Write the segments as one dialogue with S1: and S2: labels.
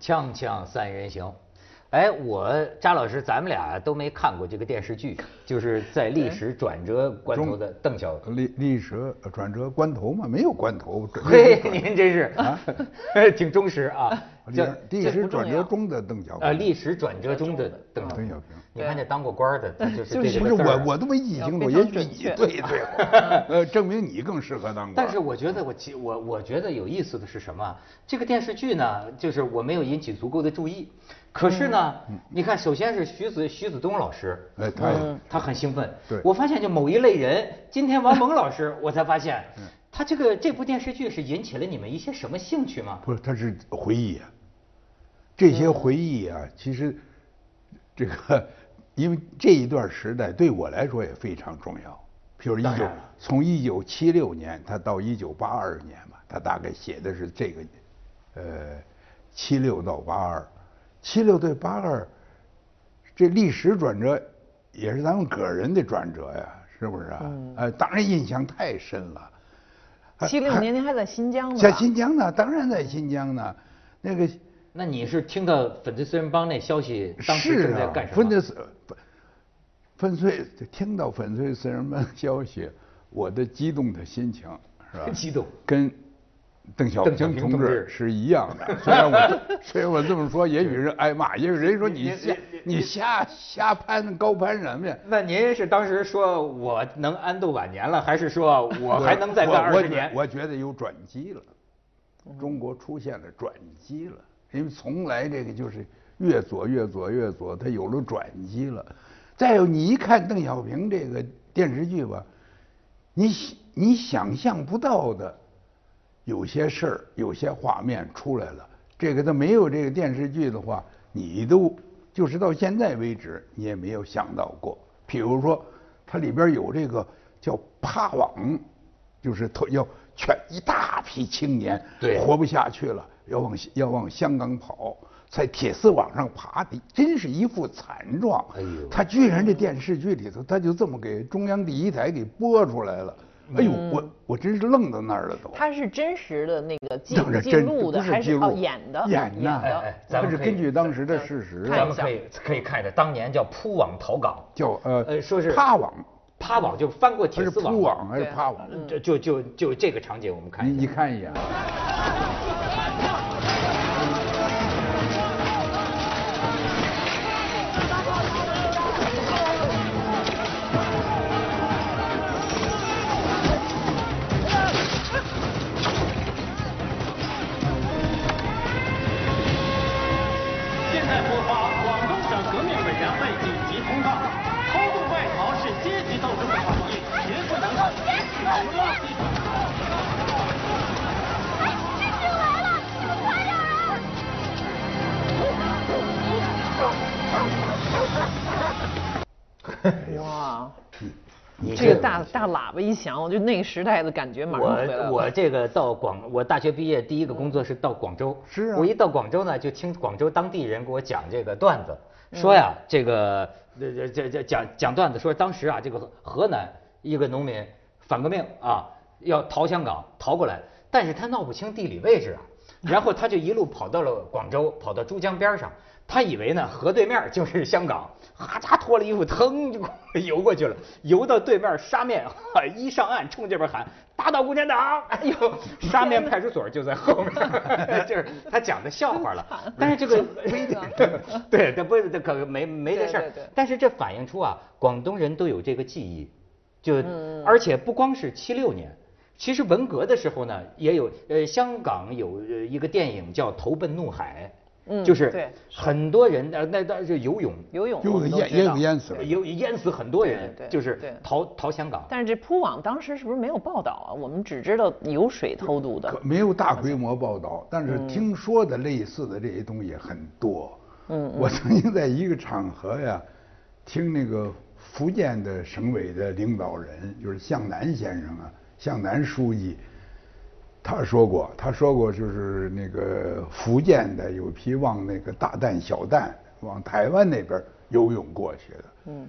S1: 锵锵三人行。哎，我扎老师，咱们俩都没看过这个电视剧，就是在历史转折关头的邓小
S2: 历历史呃转折关头嘛，没有关头。转哦
S1: 嘿，您真是啊， 挺忠实啊。
S2: 历历 史转折中的邓小平
S1: 啊，历史转折中的邓小
S2: 啊邓小
S1: 平
S2: 平。
S1: 你看那当过官的，他就是对这
S2: 不
S1: 个
S2: 是
S1: 事儿
S2: 我，我都没意经过，
S3: 要
S2: 也
S3: 非常
S2: 许你
S3: 准确
S2: 对对， 呃，证明你更适合当官。
S1: 但是我觉得我其我我觉得有意思的是什么啊？这个电视剧呢，就是我没有引起足够的注意。可是呢，你看，首先是徐子徐子东老师，
S2: 嗯哎他
S1: 嗯他很兴奋。
S2: 对
S1: 我发现就某一类人，今天王蒙老师，我才发现，
S2: 嗯
S1: 他这个这部电视剧是引起了你们一些什么兴趣吗？
S2: 不是，它是回忆啊，这些回忆啊，其实这个，因为这一段时代对我来说也非常重要。譬如一
S1: 当
S2: 九
S1: 然了，
S2: 从一九七六年他到一九八二年嘛，他大概写的是这个，呃，七六到八二，七六对八二，这历史转折也是咱们个人的转折呀，是不是啊？
S1: 嗯
S2: 呃，当然印象太深了。
S3: 七六年您还在新疆呢吧，
S2: 哎在新疆呢，当然在新疆呢。那个
S1: 那你是听到粉碎四人帮那消息，当时
S2: 是
S1: 正在
S2: 啊
S1: 干，什
S2: 粉
S1: 么？
S2: 碎四粉碎，听到粉碎四人帮消 息，我的激动的心情是吧？
S1: 激动
S2: 跟邓小
S1: 邓小
S2: 平
S1: 平
S2: 同
S1: 同
S2: 志
S1: 志
S2: 是一样的。虽然我 虽然我这么说，也许是挨骂，也许人说
S1: 你
S2: 你
S1: 你
S2: 瞎
S1: 你
S2: 你瞎瞎攀高攀什么呀？
S1: 那您是当时说我能安度晚年了，还是说我还能再干
S2: 我
S1: 二
S2: 我
S1: 十
S2: 觉
S1: 年？
S2: 我觉得有转机了，中国出现了转机了，因为从来这个就是越左越左越左，它有了转机了。再有，你一看邓小平这个电视剧吧，你想你想象不到的，有些事儿、有些画面出来了。这个他没有这个电视剧的话，你都就是到现在为止，你也没有想到过。比如说，它里边有这个叫趴网，就是投要全一大批青年
S1: 对
S2: 活不下去了，要往要往香港跑，在铁丝网上爬的，真是一副惨状。
S1: 哎呦
S2: 他居然这电视剧里头，他就这么给中央第一台给播出来了。哎呦，
S3: 嗯
S2: 我我真是愣到那儿了都。
S3: 它是真实的那个记
S2: 愣着
S3: 记
S2: 真
S3: 录的，
S2: 不
S3: 还
S2: 记录
S3: 哦演的
S2: 演
S3: 的？
S1: 哎哎咱
S2: 他
S1: 们
S2: 是
S1: 可
S2: 根
S1: 以
S2: 据当时的事实
S3: 看
S1: 咱
S2: 啊，
S3: 一
S1: 们
S3: 下
S1: 可以可以看一下，当年叫铺网逃港，
S2: 叫呃
S1: 呃说是
S2: 趴网，
S1: 趴网就翻过
S2: 它
S1: 铁
S2: 是
S1: 丝
S2: 铺
S1: 网，
S2: 网还是
S3: 对啊嗯
S2: 趴网？
S1: 就就就就这个场景我们看
S2: 你
S1: 一
S2: 你
S1: 下。
S2: 看一眼啊，
S4: 现在播发广东省革命委员会紧急通告：偷渡外逃是阶级斗争的反应，绝不能让
S5: 哎啊
S2: 哎
S3: 哇，
S1: 你
S3: 这个大大喇叭一响，我就那个时代的感觉马上回来
S1: 我
S3: 了。
S1: 我这个到广，我大学毕业第一个工作是到广州。
S3: 嗯
S2: 是啊
S1: 我一到广州呢，就听广州当地人给我讲这个段子，
S3: 嗯
S1: 说呀，这个这这这这讲讲段子，说当时啊，这个河南一个农民反革命啊，要逃香港逃过来，但是他闹不清地理位置啊，然后他就一路跑到了广州，跑到珠江边上。他以为呢，河对面就是香港，哈嚓脱了衣服，腾就过游过去了，游到对面沙面，哈一上岸冲这边喊“打倒共产党”，哎呦，沙面派出所就在后面， 就是他讲的笑 话了。但是这个 对，他不是他可没没这事儿
S3: 啊对对对，
S1: 但是这反映出啊，广东人都有这个记忆，就
S3: 嗯
S1: 而且不光是七六年。其实文革的时候呢，也有呃，香港有呃一个电影叫《投奔怒海》，
S3: 嗯
S1: 就是
S3: 对
S1: 很多人呃，那那是游泳，
S3: 游泳
S2: 就
S3: 我
S2: 给
S3: 们都
S2: 淹
S3: 知
S2: 也
S3: 道
S2: 给。淹死了。
S1: 呃游淹死很多人
S3: 对，对
S1: 就是
S3: 对
S1: 逃逃香港。
S3: 但是这铺网当时是不是没有报道啊？我们只知道有水偷渡的
S2: 可，没有大规模报道，但是听说的类似的这些东西很多。嗯，我曾经在一个场合呀，听那个福建的省委的领导人，就是向南先生啊，向南书记，他说过，他说过就是那个福建的有批往那个大旦、小旦往台湾那边游泳过去的。嗯，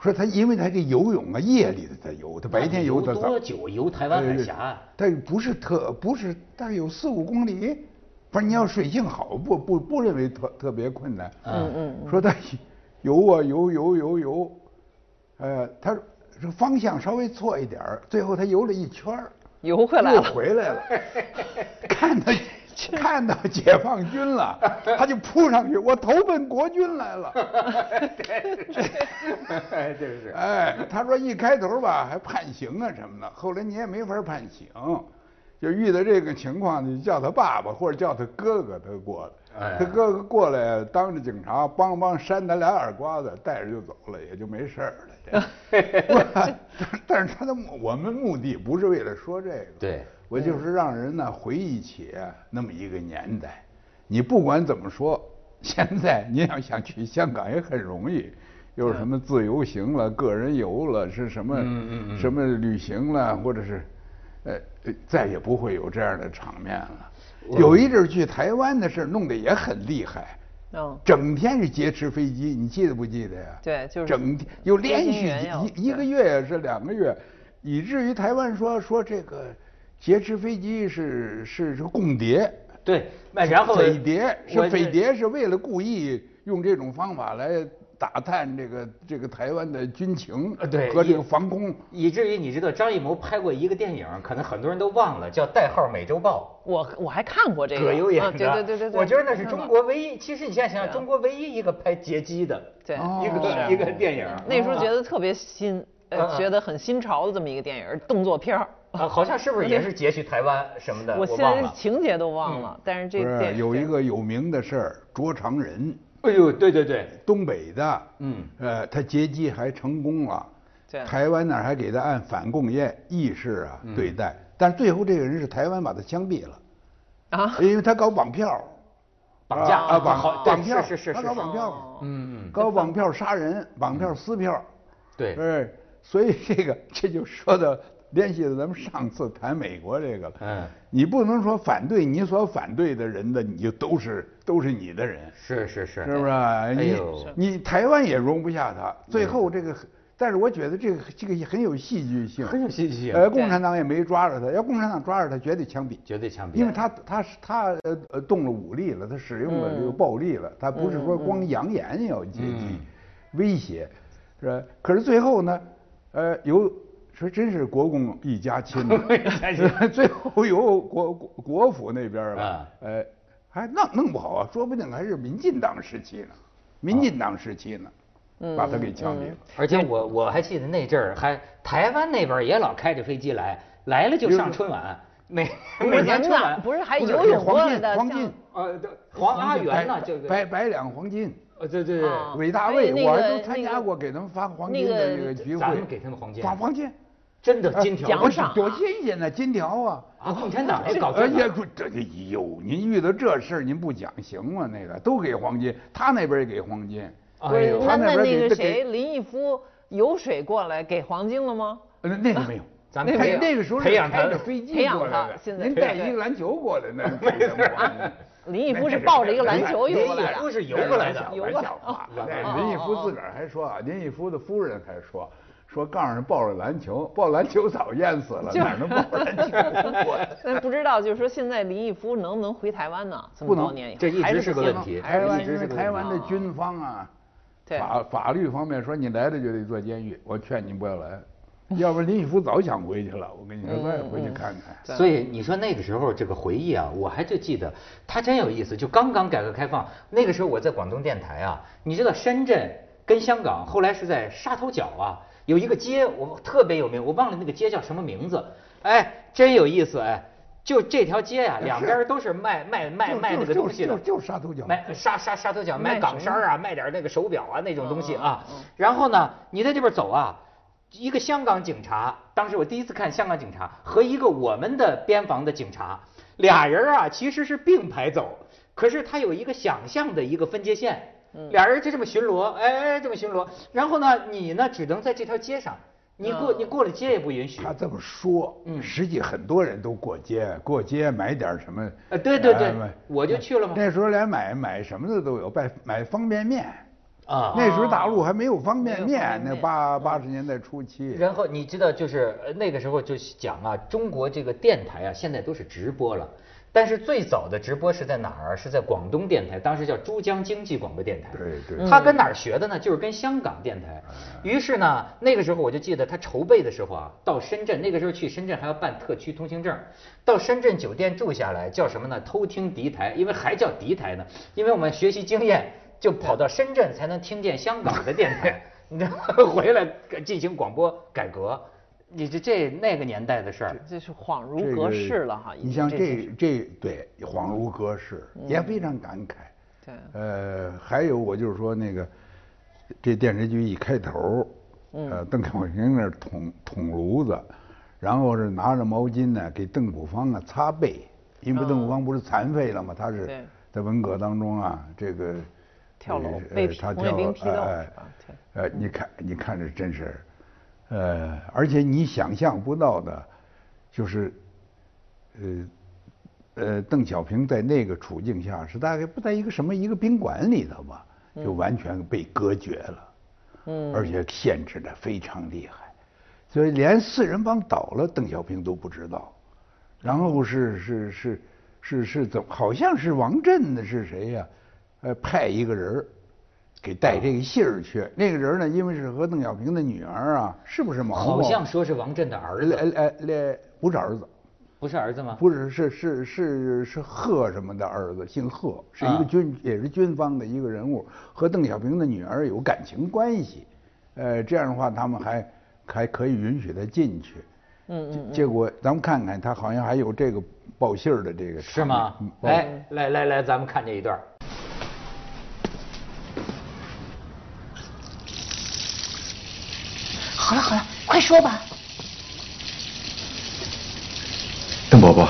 S2: 说他因为他这游泳啊，夜里他游，他白天游他早。啊
S1: 多久？游台湾海峡？
S2: 但不是特，不是大概有四五公里，不是你要水性好，不不不认为特特别困难。
S1: 嗯
S2: 嗯，说他 游啊游游游游，呃，他这方向稍微错一点儿最后他游了一圈儿
S3: 游回来了
S2: 又回来了，看到看到解放军了，他就扑上去，我投奔国军来了。
S1: 哎，
S3: 嗯
S1: 这是
S2: 哎，他说一开头吧还判刑啊什么的，后来你也没法判刑，就遇到这个情况，你叫他爸爸或者叫他哥哥，他过来，
S1: 哎
S2: 他哥哥过来当着警察，梆梆扇他俩耳刮子，带着就走了，也就没事儿了。 我但是他的目我们目的不是为了说这个，
S1: 对
S2: 我就是让人呢回忆起那么一个年代，你不管怎么说，现在你要想去香港也很容易，有什么自由行了、个人游了，是什么、
S1: 嗯嗯嗯
S2: 什么旅行了，或者是，呃，呃再也不会有这样的场面了。有一阵儿去台湾的事儿弄得也很厉害，
S3: 嗯，
S2: 整天是劫持飞机，你记得不记得呀？
S3: 对就是
S2: 整天有连
S3: 飞行
S2: 续
S3: 员要
S2: 几一一个月也是两个月，以至于台湾说说这个劫持飞机是是是共谍，
S1: 对，那哎然后
S2: 匪谍
S1: 我
S2: 是匪谍是为了故意用这种方法来打探这个这个台湾的军情
S1: 呃对
S2: 和这
S1: 也
S2: 个防空。
S1: 以至于你知道张艺谋拍过一个电影，可能很多人都忘了，叫《代号美洲豹
S3: 我我还看过》，这个，
S1: 葛优演的、
S3: 啊对对对对嗯对，
S1: 我觉得那是
S3: 看
S1: 中
S3: 过
S1: 国唯一，其实你现在想
S3: 对
S1: 想，
S3: 啊
S1: 中国唯一一个拍劫机的
S3: 对啊
S2: 哦
S1: 一个、
S2: 是
S1: 一个电影。
S3: 嗯
S1: 啊
S3: 那时候觉得特别新，
S1: 嗯嗯
S3: 呃，觉得很新潮的这么一个电影，动作片儿。
S1: 啊，好像是不是也是劫去台湾什么的？
S3: 我
S1: 我
S3: 现
S1: 忘
S3: 在
S1: 了。
S3: 情节都忘了，但是
S2: 嗯不
S3: 这
S2: 是
S3: 电
S2: 有一
S3: 对
S2: 个有名的事儿，卓长仁，
S1: 哎呦，对对对，
S2: 东北的，
S1: 嗯
S2: 呃，他劫机还成功了，
S3: 对
S2: 台湾那儿还给他按反共业意识啊对待，但是最后这个人是台湾把他枪毙了，
S3: 啊，
S2: 因为他搞绑票，
S1: 绑架
S2: 啊
S1: 好
S2: 绑绑票，
S1: 是是是
S2: 他
S1: 是
S2: 搞
S1: 是
S2: 绑票，
S1: 嗯嗯，嗯
S2: 搞绑票杀人，绑票撕票，
S1: 对，
S2: 哎，所以 这个这就说到联系到咱们上次谈美国这个了，
S1: 嗯，
S2: 你不能说反对你所反对的人的你就都是都是你的人，
S1: 是是是，
S2: 是不是啊？
S1: 哎
S2: 你
S1: 呦，嗯
S2: 你台湾也容不下他，最后这个很，但是我觉得这个这个很有戏剧性，
S1: 很有戏剧性
S2: 呃，共产党也没抓着他，要共产党抓着他，绝对枪毙，
S1: 绝对枪毙
S2: 因为他他是他呃呃动了武力了，他使用了这个暴力了，他不是说光扬言要阶级威胁，是吧？可是最后呢，呃，有说真是国共一家 亲呐 最后由国国国府那边儿吧
S1: 啊，
S2: 呃，还弄弄不好啊，说不定还是民进党时期呢，民进党时期呢，把他给枪毙了。
S1: 而且我我还记得那阵儿还台湾那边儿也老开着飞机来，来了就上春晚，每
S2: 嗯
S3: 不是
S1: 每年
S3: 咱们
S1: 春
S3: 那
S1: 晚
S3: 不是还
S2: 不是
S3: 游
S2: 这
S3: 泳过
S2: 黄
S3: 来
S2: 金
S3: 的
S2: 黄
S3: 像
S2: 金
S1: 呃对黄阿元呢
S2: 白
S1: 这个
S2: 白白两黄金，
S1: 呃对对
S3: 啊
S1: 对，
S2: 伟大
S3: 还有
S2: 卫，
S3: 那
S2: 我
S3: 个
S2: 都参
S3: 那
S2: 加
S3: 个
S2: 过，给他们发黄
S3: 那
S2: 金的
S3: 个
S2: 这个聚会，
S1: 咱们给他们黄金
S2: 发哦黄金，
S1: 真的
S2: 哎
S1: 金条
S3: 奖赏
S2: 多
S3: 啊
S2: 新鲜呐，金条啊！
S1: 啊，共产党也搞
S2: 而
S1: 这
S2: 且
S1: 个，
S2: 这个有您遇到这事儿您不讲行吗？那个都给黄金，他那边也给黄金，
S1: 哎呦
S3: 那
S2: 他边
S3: 那那
S2: 给
S3: 个
S2: 给
S3: 谁，林毅夫游水过来给黄金了吗？
S2: 呃，那个没有，
S1: 啊咱们
S2: 他
S1: 培养
S2: 那个时候是
S1: 培养他
S2: 开着飞机
S3: 培养
S2: 过来
S3: 他
S2: 的，
S3: 现在
S2: 您
S3: 培
S2: 带
S3: 养
S2: 一
S3: 他
S2: 个篮球过来那没事儿。
S3: 林毅夫是抱着一个篮球游过
S1: 林
S3: 来
S1: 毅夫
S3: 的，
S1: 是游过来的
S3: 游
S2: 玩
S3: 过来
S2: 笑 话。
S1: 哦
S2: 哎林毅夫自个儿还说啊，林毅夫的夫人还说。说告诉人抱着篮球，抱篮球早淹死了，哪能抱着篮球 过来？
S3: 但不知道就是说现在林毅夫能不能回台湾呢？这么
S2: 不能
S3: 多年以后，
S1: 这一直
S3: 还
S1: 是
S3: 是
S1: 个
S3: 不行
S1: 问题
S3: 还
S2: 台
S3: 是不
S2: 湾
S3: 行
S2: 因为台湾的军方啊，
S3: 对
S2: 法法律方面说你来了就得坐监狱，我劝你不要来，要不然林毅夫早想回去了。我跟你
S3: 嗯
S2: 说，早想回去看看。
S3: 对
S1: 所以你说那个时候这个回忆啊，我还就记得它真有意思。就刚刚改革开放那个时候，我在广东电台啊，你知道深圳跟香港后来是在沙头角啊，有一个街，我特别有名，我忘了那个街叫什么名字。哎，真有意思哎，就这条街呀、两边都是卖卖卖
S2: 就
S1: 卖那
S2: 就
S1: 个
S2: 呃就
S1: 东西的，
S2: 就就是沙头角
S1: 卖沙沙沙头角
S3: 卖
S1: 买港
S3: 什么
S1: 衫啊，卖点那个手表啊那种东西啊。然后呢，你在这边走啊，一个香港警察，当时我第一次看香港警察和一个我们的边防的警察，俩人啊其实是并排走，可是他有一个想象的一个分界线，俩人就这么巡逻，哎哎这么巡逻，然后呢你呢只能在这条街上，你过你过了街也不允许。
S2: 他这么说，
S1: 嗯
S2: 实际很多人都过街，过街买点什么，
S1: 呃对对对
S2: 呃买
S1: 我就去了嘛
S2: 那时候连买买什么的都有，买买方便面。
S1: 啊
S2: 那时候大陆还没有方
S3: 没
S2: 便
S3: 有方
S2: 面
S3: 便，
S2: 那
S3: 面嗯
S2: 八八十年代初期。
S1: 然后你知道，就是呃那个时候就讲啊，中国这个电台啊，现在都是直播了。但是最早的直播是在哪儿？是在广东电台，当时叫珠江经济广播电台。
S2: 对对
S3: 嗯
S2: 哎
S1: 他跟哪儿学的呢？就是跟香港电台。于是呢，那个时候我就记得他筹备的时候啊，到深圳，那个时候去深圳还要办特区通行证，到深圳酒店住下来，叫什么呢？偷听敌台，因为还叫敌台呢，因为我们学习经验，就跑到深圳才能听见香港的电 台，你知道吗，回来进行广播改革。你这这那个年代的事儿，
S3: 这是恍如
S2: 这
S3: 隔
S2: 个
S3: 世了哈。已
S2: 你
S3: 经
S2: 像
S3: 件
S2: 这
S3: 事，嗯
S2: 这对恍如隔世，也非常感慨。
S3: 对
S2: 呃，还有我就是说那个，这电视剧一开头，
S3: 嗯
S2: 呃，邓小平那儿捅捅炉子，然后是拿着毛巾呢给邓朴方啊擦背，因为邓朴方不是残废了吗？他是
S3: 对
S2: 在文革当中啊，这个
S3: 跳楼
S2: 呃
S3: 被
S2: 呃他
S3: 红卫
S2: 跳
S3: 兵
S2: 楼
S3: 批斗
S2: 哎哎
S3: 是吧对
S2: 呃，你看，你看这真是，呃，而且你想象不到的，就是，呃，呃，邓小平在那个处境下是大概不在一个什么一个宾馆里头吧，就
S1: 嗯
S2: 完全被隔绝了，嗯，而且限制的非常厉害，所以连四人帮倒了，邓小平都不知道，然后是是是是是怎么，好像是王震的是谁呀、呃，派一个人儿给带这个信儿去。那个人儿呢，因为是和邓小平的女儿啊，是不是毛毛？
S1: 好像说是王震的儿
S2: 呃
S1: 子，
S2: 呃呃，不是儿子，
S1: 不是儿子吗？
S2: 不是是是是是贺什么的儿子，姓贺，是一
S1: 啊
S2: 个军、也是军方的一个人物，和邓小平的女儿有感情关系。呃，这样的话，他们还还可以允许他进去。嗯嗯结果咱们看看，他好像还有这个报信儿的这个
S1: 是
S2: 场面
S1: 吗
S2: 嗯？报
S1: 哎，来来来，咱们看这一段儿。
S5: 好了好了，快说吧。
S6: 邓伯伯，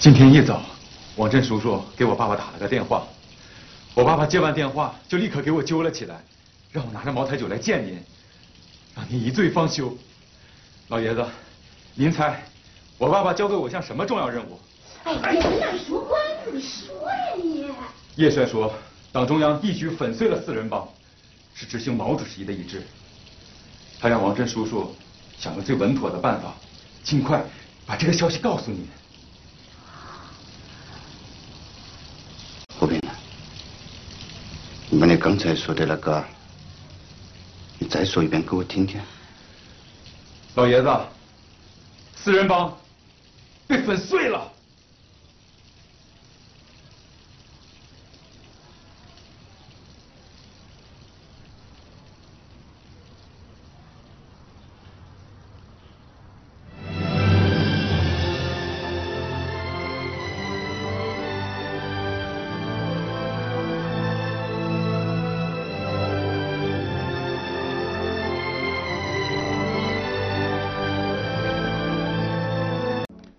S6: 今天一早，王振叔叔给我爸爸打了个电话，我爸爸接完电话就立刻给我揪了起来，让我拿着茅台酒来见您，让您一醉方休。老爷子，您猜我爸爸交给我项什么重要任务？
S5: 哎呀，你哪什么官？你说呀你！
S6: 叶帅说，党中央一举粉碎了四人帮，是执行毛主席的遗志。他让王震叔叔想个最稳妥的办法，尽快把这个消息告诉您。
S7: 胡斌啊，你把你刚才说的那个，你再说一遍给我听听。
S6: 老爷子，四人帮被粉碎了。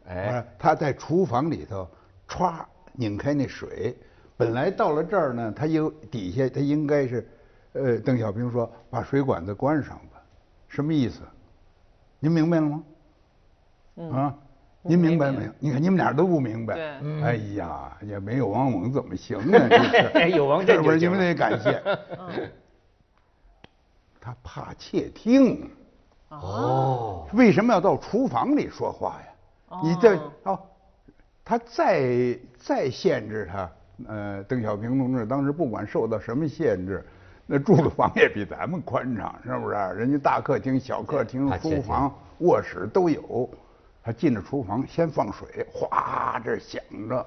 S1: 哎，
S2: 啊他在厨房里头歘拧开那水，本来到了这儿呢，他有底下他应该是，呃，邓小平说把水管子关上吧，什么意思？您明白了吗？啊，您明白没有？你看你们俩都不明白。
S3: 对
S1: 嗯
S2: 哎呀，也没有王猛怎么行呢？ 这事
S1: 哎有王震
S2: 是不是？
S1: 就行
S2: 你们
S1: 了
S2: 得感 谢。嗯他怕窃听。
S1: 哦，
S2: 为什么要到厨房里说话呀？你这哦，他再再限制他，呃，邓小平同志当时不管受到什么限制，那住的房也比咱们宽敞，是不是？人家大客厅、小客厅
S1: 他、窃
S2: 书
S1: 听
S2: 房、卧室都有。他进了厨房，先放水，哗，这响着，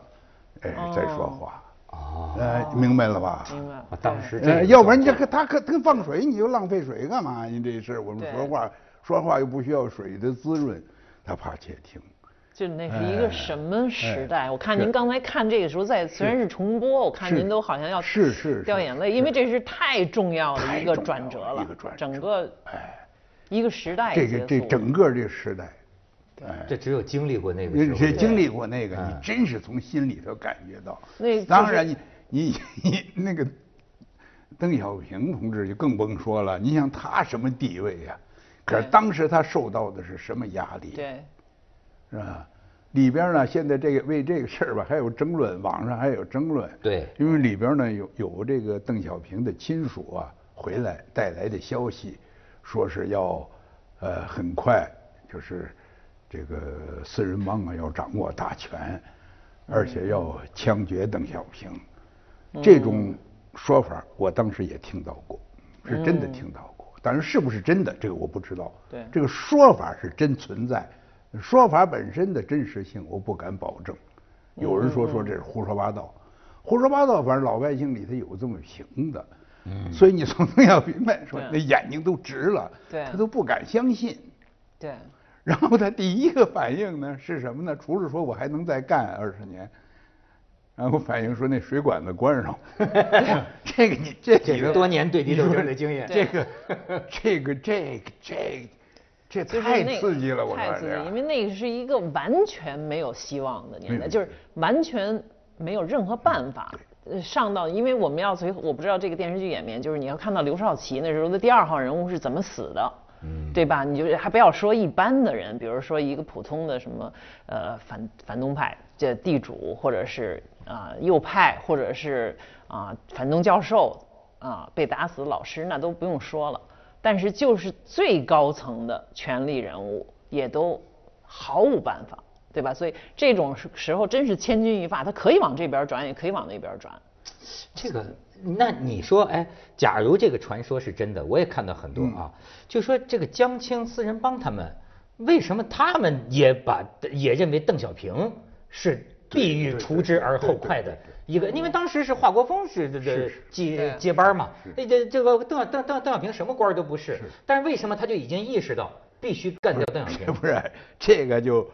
S2: 哎，再说话。哦，呃，明白了吧？
S3: 明白了
S1: 我当时这
S2: 呃，
S1: 个
S2: 要不
S1: 状
S2: 然这
S1: 态
S2: 个他可他放水，你就浪费水干嘛呀？你这事儿我们
S3: 对
S2: 说话说话又不需要水的滋润，他怕窃听。
S3: 就那是一个
S2: 哎
S3: 什么时代？
S2: 哎
S3: 我看您
S2: 是
S3: 刚才看这个时候在，虽然是重播，我看
S2: 是
S3: 您都好像要
S2: 是是是
S3: 掉眼泪，因为这是太重要的
S2: 太
S3: 一个
S2: 重要
S3: 转
S2: 了
S3: 折
S2: 一
S3: 了，
S2: 个转折
S3: 整个
S2: 哎，
S3: 一个时代
S2: 这
S3: 结
S2: 个
S3: 束
S2: 这整个这个时代，
S1: 这只有经历过那个时
S2: 哎你
S1: 候。
S2: 谁
S3: 啊
S2: 经历过那个，你真是从心里头感觉到。
S3: 嗯那就是
S2: 当然你你你那个邓小平同志就更甭说了，你想他什么地位呀、可是
S3: 对
S2: 当时他受到的是什么压力？
S3: 对
S2: 是吧？里边呢，现在这个为这个事儿吧，还有争论，网上还有争论。
S1: 对
S2: 因为里边呢有有这个邓小平的亲属啊回来带来的消息，说是要呃很快就是这个四人帮啊要掌握大权，而且要枪决邓小平，
S3: 嗯
S2: 这种说法我当时也听到过，
S3: 嗯
S2: 是真的听到过。但是是不是真的，这个我不知道。
S3: 对
S2: 这个说法是真存在，说法本身的真实性我不敢保证。有人说说
S3: 嗯
S2: 这是胡说八道，胡说八道，反正老百姓里头有这么评的。所以你从邓小平来说
S3: 对，
S2: 那眼睛都直了，
S3: 对
S2: 他都不敢相信。
S3: 对，
S2: 然后他第一个反应呢是什么呢？除了说我还能再干二十年，然后反应说那水管子关上。 这个你这
S1: 这
S2: 几
S1: 是
S2: 个
S1: 多年对敌
S2: 你说
S1: 斗争的经 验
S2: 这个这个这个这个这
S3: 就是
S2: 太
S3: 那
S2: 刺激了，我
S3: 太
S2: 说
S3: 刺
S2: 这
S3: 激，因
S2: 个。
S3: 为那个是一个完全没有希望的年
S2: 没
S3: 代，
S2: 有
S3: 就是完全没有任何办法。呃上到，因为我们要随，我不知道这个电视剧演变，就是你要看到刘少奇那时候的第二号人物是怎么死的，对吧？你就是还不要说一般的人，比如说一个普通的什么呃反反动派这地主，或者是啊、右派，或者是啊、反动教授啊、被打死的老师，那都不用说了。但是就是最高层的权力人物也都毫无办法，对吧？所以这种时时候真是千钧一发，他可以往这边转，也可以往那边转。
S1: 这个，那你说，哎，假如这个传说是真的，我也看到很多
S2: 嗯
S1: 啊，就说这个江青、四人帮他们，为什么他们也把也认为邓小平是必欲除之而后快的一个？因为当时是华国锋是这这接接班嘛，哎这这个邓邓邓邓小平什么官儿都不是，但是为什么他就已经意识到必须干掉邓小平？
S2: 不然这个就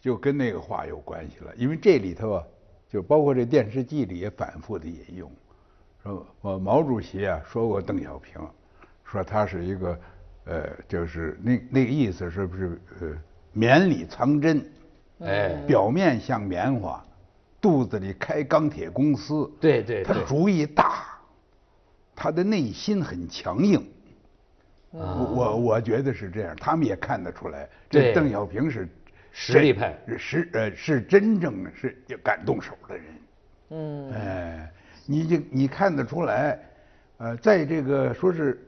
S2: 就跟那个话有关系了，因为这里头啊，就包括这电视剧里也反复的引用，说我毛主席啊说过邓小平，说他是一个呃，就是那那个意思是不是呃绵里藏针，
S1: 哎，
S2: 表面像棉花，肚子里开钢铁公司，
S1: 对对
S2: 他
S1: 对
S2: 主意大，他的内心很强硬。
S1: 啊
S2: 我我我觉得是这样，他们也看得出来，
S1: 对
S2: 这邓小平是
S1: 实力派，
S2: 是呃是真正是敢动手的人。
S3: 嗯，
S2: 哎，你就你看得出来，呃，在这个说是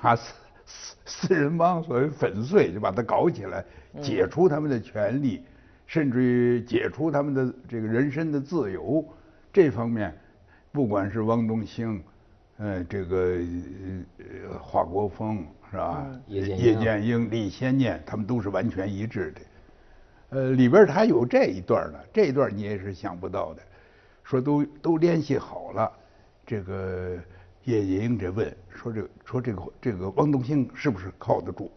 S2: 把四四四人帮所谓粉碎，就把它搞起来，解除他们的权利，甚至于解除他们的这个人身的自由，这方面，不管是汪东兴，呃，这个呃华国锋是吧？
S1: 叶剑英
S2: 叶剑英、李先念，他们都是完全一致的。呃，里边儿它有这一段儿呢，这一段儿你也是想不到的，说都都联系好了，这个叶剑英这问说这个说这个这个汪东兴是不是靠得住？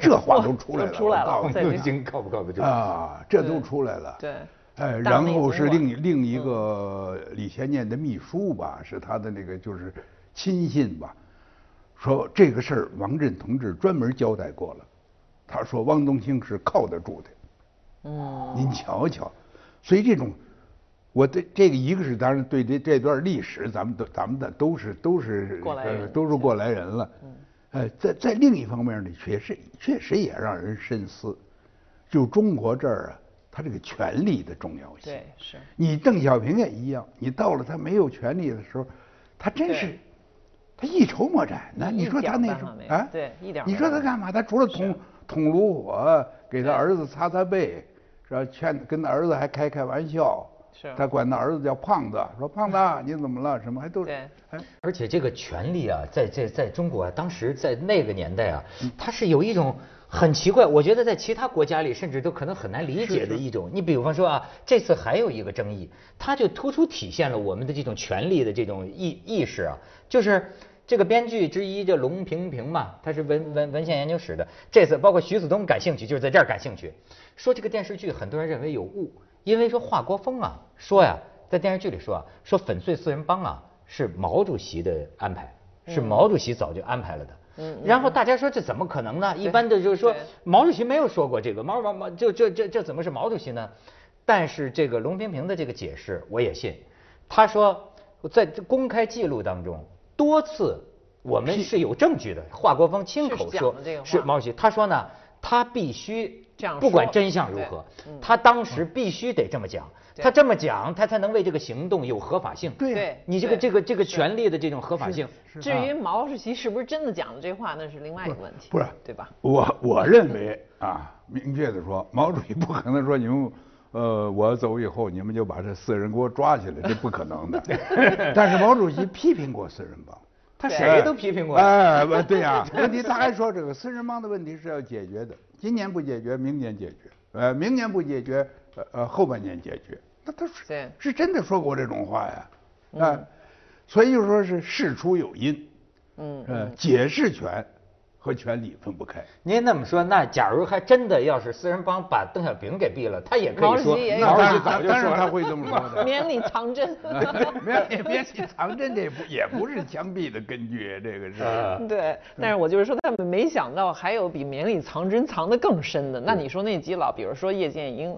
S2: 这话都出来了，
S3: 都哦 出来了
S2: 我告诉
S3: 在
S2: 你
S1: 邓经靠不靠得住？
S2: 啊，这都
S3: 对
S2: 出来了。
S3: 对
S2: 哎，
S3: 大
S2: 然
S3: 内
S2: 后
S3: 总
S2: 是
S3: 管
S2: 另另
S3: 嗯
S2: 一个李先念的秘书吧，是他的那个就是亲信吧，说这个事儿王震同志专门交代过了，他说汪东兴是靠得住的。
S3: 嗯，
S2: 您瞧瞧，所以这种，我对这个一个是当然对这这段历史，咱们都咱们的都是都是
S3: 过来人嗯
S2: 呃都是过来人了。呃，在在另一方面呢，确实确实也让人深思，就中国这儿啊，它这个权力的重要性
S3: 对。是。
S2: 你邓小平也一样，你到了他没有权力的时候，他真
S3: 对
S2: 是他一筹莫展呢。
S3: 一
S2: 你说他那
S3: 一点
S2: 时
S3: 办法没有
S2: 候啊，
S3: 对一点
S2: 你
S3: 办
S2: 说他
S3: 法没有
S2: 干嘛？他除了捅捅炉火，给他儿子擦擦背，是吧？劝跟他儿子还开开玩笑，
S3: 是
S2: 他管他儿子叫胖子，说 胖子你怎么了？什么还都
S3: 对
S2: 哎
S1: 而且这个权力啊，在在在中国啊，当时在那个年代啊，它是有一种很奇怪，我觉得在其他国家里甚至都可能很难理解的一种。你比方说啊，这次还有一个争议，它就突出体现了我们的这种权力的这种意意识啊，就是。这个编剧之一叫龙平平嘛，他是文文文献研究室的。这次包括徐子东感兴趣，就是在这儿感兴趣。说这个电视剧，很多人认为有误，因为说华国锋啊，说呀，在电视剧里说啊，说粉碎四人帮啊，是毛主席的安排，
S3: 嗯
S1: 是毛主席早就安排了的。然后大家说这怎么可能呢？一般的就是说
S3: 对
S1: 毛主席没有说过这个，毛毛毛，这这这这怎么是毛主席呢？但是这个龙平平的这个解释我也信，他说在这公开记录当中多次我们是有证据的，华国锋亲口
S3: 是讲
S1: 说
S3: 了这个话
S1: 是毛主席，他说呢，他必须
S3: 这样
S1: 不管
S3: 说
S1: 真相如
S3: 对嗯
S1: 何，他当时必须得这么讲，
S3: 对
S1: 他这么讲，他才能为这个行动有合法性。
S2: 对呀
S3: 对
S1: 啊你这个
S3: 对
S1: 这个这个权利的这种合法性，
S3: 至于毛主席是不是真的讲了这话，那是另外一个问题，
S2: 啊 不是
S3: 对吧？
S2: 我我认为啊，明确的说，毛主席不可能说你们呃，我走以后你们就把这四人给我抓起来，这不可能 的。但是毛主席批评过四人帮。
S1: 他谁都批评过。
S2: 哎，不对呀、 问题他还说这个四人帮的问题是要解决的，今年不解决，明年解决，呃，明年不解决，呃呃，后半年解决。他他
S3: 对
S2: 是是真的说过这种话呀，啊、所以就说是事出有因，
S3: 嗯
S2: 呃，解释权和权理分不开。
S1: 您那么说，那假如还真的要是四人帮把邓小平给毙了，他也可
S3: 毛
S1: 以
S3: 主
S1: 说
S3: 席也，有
S1: 毛主
S2: 当
S1: 席
S2: 然
S1: 早就
S2: 当
S1: 说
S2: 然他
S1: 了。
S2: 会这么说 的。
S3: 绵里藏针。
S2: 哎别别别去藏针，这不也不是枪毙的根据，这个是。
S1: 呃
S3: 对，
S2: 嗯
S3: 但是我就是说，他们没想到还有比绵里藏针藏得更深的。那
S2: 嗯
S3: 你说那几老，比如说叶剑英，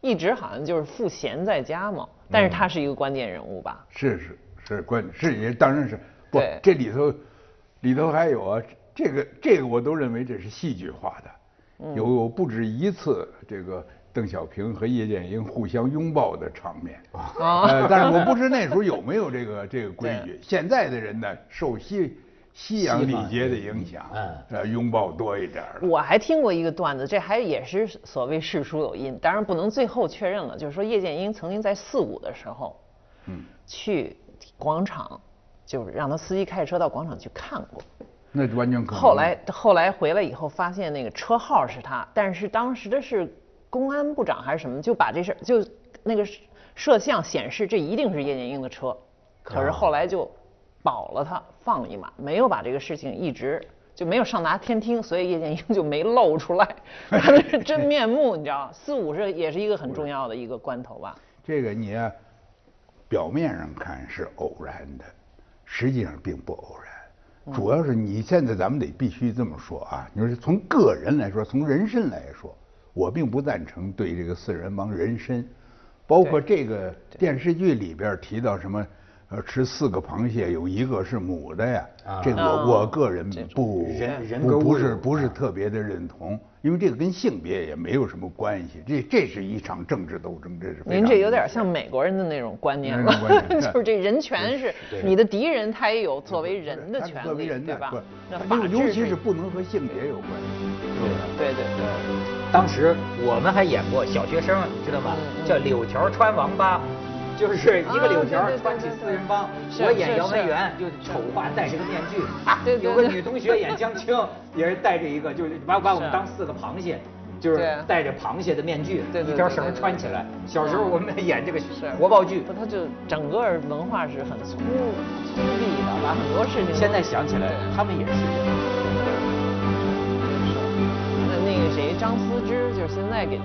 S3: 一直好像就是赋闲在家嘛，
S2: 嗯
S3: 但是他是一个关键人物吧？
S2: 是是是关是也当然是不
S3: 对
S2: 这里头里头还有啊，这个这个我都认为这是戏剧化
S3: 嗯
S2: 的，有有不止一次这个邓小平和叶剑英互相拥抱的场面。
S3: 啊
S2: 呃，但是我不知那时候有没有这个这个规
S3: 对
S2: 矩。现在的人呢，受西西洋礼节的影响，
S1: 嗯
S2: 呃，拥抱多一点儿了。
S3: 我还听过一个段子，这还也是所谓事出有因，当然不能最后确认了。就是说叶剑英曾经在四五的时候，
S2: 嗯，
S3: 去广场，就是让他司机开着车到广场去看过。
S2: 那完全可能。
S3: 嗯后来后来回来以后，发现那个车号是他，但是当时的是公安部长还是什么，就把这事儿就那个摄像显示这一定是叶剑英的车，可是
S2: 啊
S3: 后来就保了他，放了一马，没有把这个事情一直。就没有上达天听，所以叶剑英就没露出来他的真面目，你知道？四五是也是一个很重要的一个关头吧？
S2: 这个你啊，表面上看是偶然的，实际上并不偶
S1: 嗯
S2: 然。主要是你现在咱们得必须这么说啊，你说从个人来说，从人身来说，我并不赞成对这个四人帮人身，包括这个电视剧里边提到什么，呃，吃四个螃蟹有一个是母的呀，这个
S3: 啊
S2: 我我个人不
S1: 哦人人格
S2: 不不
S1: 侮
S2: 是
S1: 辱
S2: 不是特别的认同，因为这个跟性别也没有什么关系，这这是一场政治斗争，这是非
S3: 您
S2: 常
S3: 这有点
S2: 明显
S3: 像美国人的那种观念
S2: 那
S3: 了
S2: 种观，念
S3: 就是这人权是你的敌人，他也有作为人的
S2: 他
S3: 权
S2: 作为
S3: 利，
S2: 人
S3: 对
S2: 的
S3: 吧
S2: 不？
S3: 那
S2: 他
S3: 法
S2: 尤
S3: 治
S2: 尤其是不能和性别有关系，
S3: 对对对，
S1: 嗯当时我们还演过小学生，你知道吧？叫柳条穿王八，就是一个柳条
S3: 嗯啊对对对
S1: 穿起四人帮。
S3: 是
S1: 我演
S3: 是
S1: 姚文
S3: 是
S1: 元，就是丑化戴着个面 具。
S3: 对对
S1: 有个
S3: 对
S1: 女同学演江 青，也是戴着一个，就是把把我们
S3: 是
S1: 当四个螃蟹。就是
S3: 对
S1: 戴着螃蟹的面具，
S3: 对对对
S1: 一条
S3: 对
S1: 绳
S3: 对嗯
S1: 穿起来。小时候我们演这个
S3: 是
S1: 活报剧，
S3: 不，他就整个文化是很粗粗鄙的，把很多事情都。
S1: 现在想起来，他们也是人。
S3: 那那个谁，张思之，就是现在给